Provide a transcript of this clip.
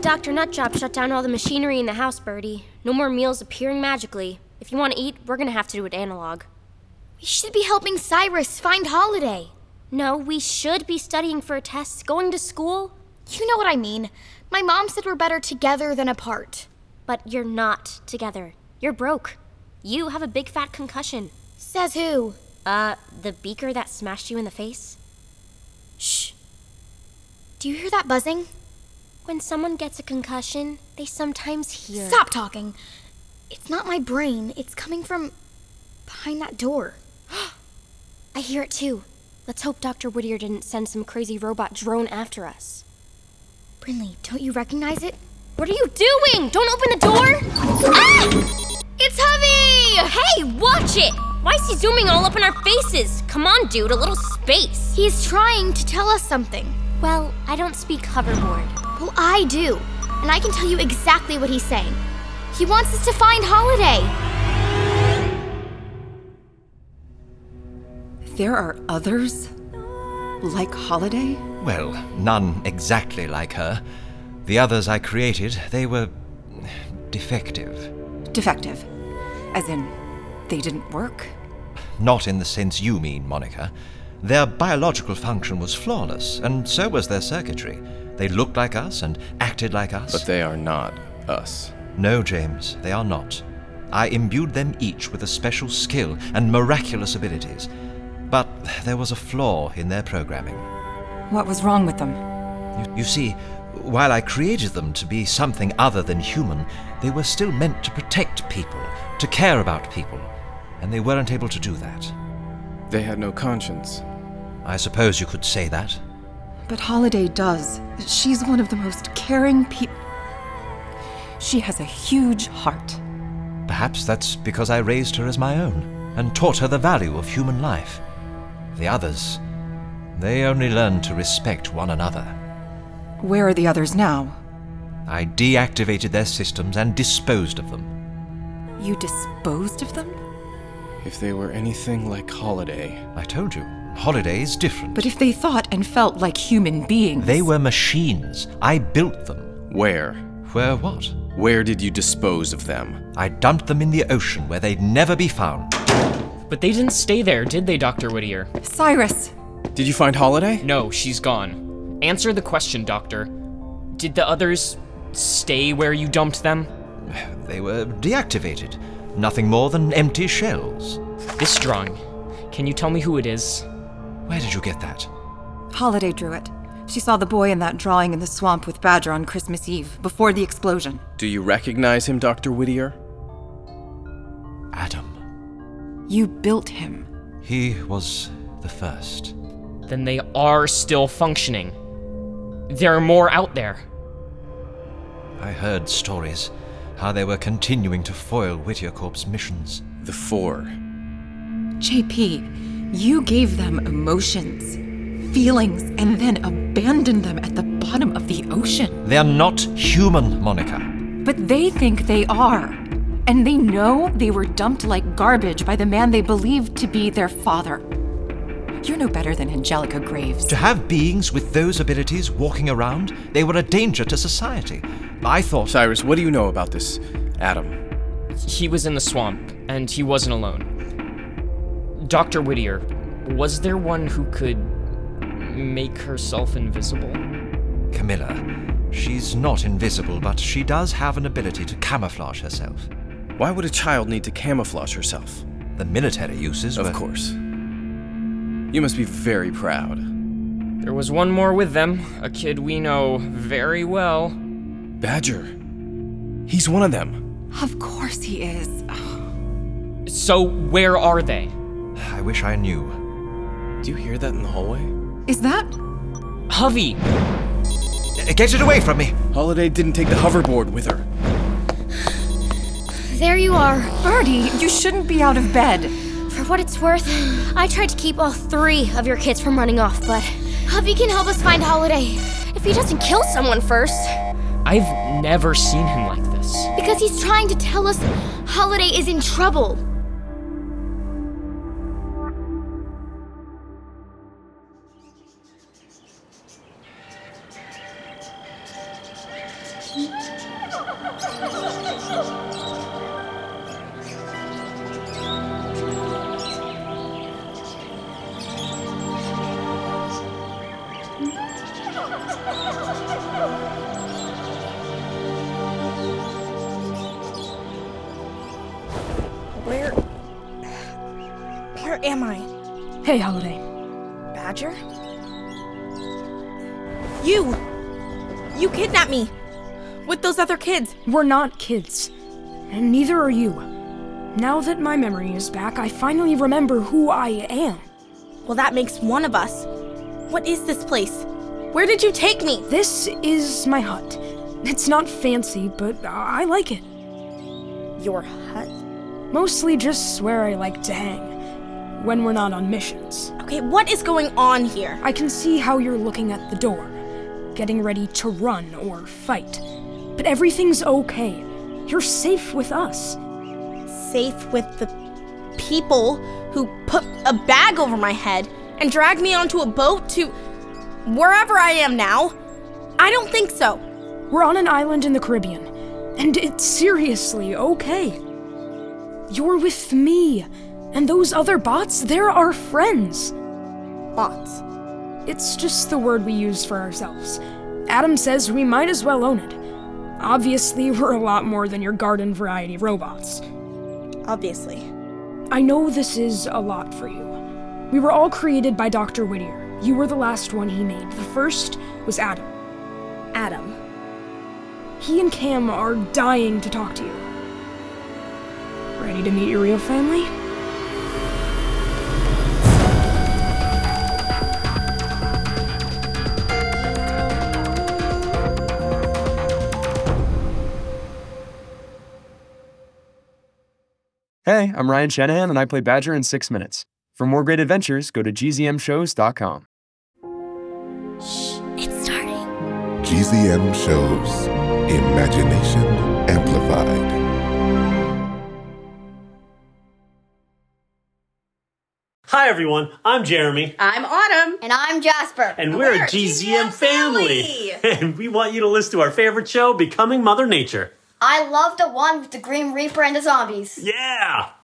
Dr. Nutjob shut down all the machinery in the house, Birdie. No more meals appearing magically. If you want to eat, we're gonna have to do it analog. We should be helping Cyrus find Holiday. No, we should be studying for a test, going to school, You know what I mean. My mom said we're better together than apart. but you're not together. You're broke. You have a big fat concussion. Says who? Uh, the beaker that smashed you in the face? Shh. Do you hear that buzzing? When someone gets a concussion, they sometimes hear. Stop talking. It's not my brain. It's coming from behind that door. I hear it too. Let's hope Dr. Whittier didn't send some crazy robot drone after us. Brinley, don't you recognize it? What are you doing? Don't open the door! Ah! It's Hovey! Hey, watch it! Why is he zooming all up in our faces? Come on, dude, a little space. He's trying to tell us something. Well, I don't speak hoverboard. Well, I do. And I can tell you exactly what he's saying. He wants us to find Holiday. There are others? Like Holiday? Well, none exactly like her. The others I created, they were. defective. Defective. As in, they didn't work? Not in the sense you mean, Monica. Their biological function was flawless, and so was their circuitry. They looked like us and acted like us. But they are not us. No, James, they are not. I imbued them each with a special skill and miraculous abilities. But there was a flaw in their programming. What was wrong with them? You, you see, while I created them to be something other than human, they were still meant to protect people, to care about people, and they weren't able to do that. They had no conscience. I suppose you could say that. But Holiday does. She's one of the most caring people. She has a huge heart. Perhaps that's because I raised her as my own and taught her the value of human life. The others, they only learned to respect one another. Where are the others now? I deactivated their systems and disposed of them. You disposed of them? If they were anything like Holiday, I told you, Holiday is different. But if they thought and felt like human beings. they were machines. I built them. where? Where what? Where did you dispose of them? I dumped them in the ocean where they'd never be found. But they didn't stay there, did they, Dr. Whittier? Cyrus! Did you find Holiday? No, she's gone. Answer the question, Doctor. Did the others stay where you dumped them? They were deactivated. Nothing more than empty shells. This drawing. Can you tell me who it is? Where did you get that? Holiday drew it. She saw the boy in that drawing in the swamp with Badger on Christmas Eve, before the explosion. Do you recognize him, Dr. Whittier? Adam. You built him. He was the first. Then they are still functioning. There are more out there. I heard stories how they were continuing to foil Whittier Corp's missions. The four. JP, you gave them emotions, feelings, and then abandoned them at the bottom of the ocean. They are not human, Monica. But they think they are. And they know they were dumped like garbage by the man they believed to be their father. You're no better than Angelica Graves. To have beings with those abilities walking around, they were a danger to society. I thought. Cyrus, what do you know about this Adam? He was in the swamp, and he wasn't alone. Dr. Whittier, was there one who could make herself invisible? Camilla. She's not invisible, but she does have an ability to camouflage herself. Why would a child need to camouflage herself? The military uses were- Of course. You must be very proud. There was one more with them, a kid we know very well. Badger. He's one of them. Of course he is. So, where are they? I wish I knew. Do you hear that in the hallway? Is that? Hovey! Uh, Get it away from me! Holiday didn't take the hoverboard with her. There you are. Birdie, you shouldn't be out of bed. For what it's worth, I tried to keep all three of your kids from running off, but Hubby can help us find Holiday if he doesn't kill someone first. I've never seen him like this. because he's trying to tell us Holiday is in trouble. am I? Hey, Holiday. Badger? You! You kidnapped me! With those other kids! We're not kids. And neither are you. Now that my memory is back, I finally remember who I am. Well, that makes one of us. What is this place? Where did you take me? This is my hut. It's not fancy, but I I like it. Your hut? Mostly just where I like to hang when we're not on missions. Okay, what is going on here? I can see how you're looking at the door, getting ready to run or fight. But everything's okay. You're safe with us. safe with the people who put a bag over my head and dragged me onto a boat to wherever I am now? I don't think so. We're on an island in the Caribbean, and it's seriously okay. You're with me, and those other bots, they're our friends. Bots. It's just the word we use for ourselves. Adam says we might as well own it. Obviously, we're a lot more than your garden variety robots. Obviously. I know this is a lot for you. We were all created by Dr. Whittier. You were the last one he made. The first was Adam. Adam. He and Cam are dying to talk to you. Ready to meet your real family? Hey, I'm Ryan Shanahan, and I play Badger in six minutes. For more great adventures, go to gzmshows.com. It's starting. GZM shows Imagination Amplified. Hi everyone, I'm Jeremy, I'm Autumn. And I'm Jasper. and we're, We're a GZM, family. and we want you to listen to our favorite show, Becoming Mother Nature. I love the one with the Grim Reaper and the zombies. Yeah!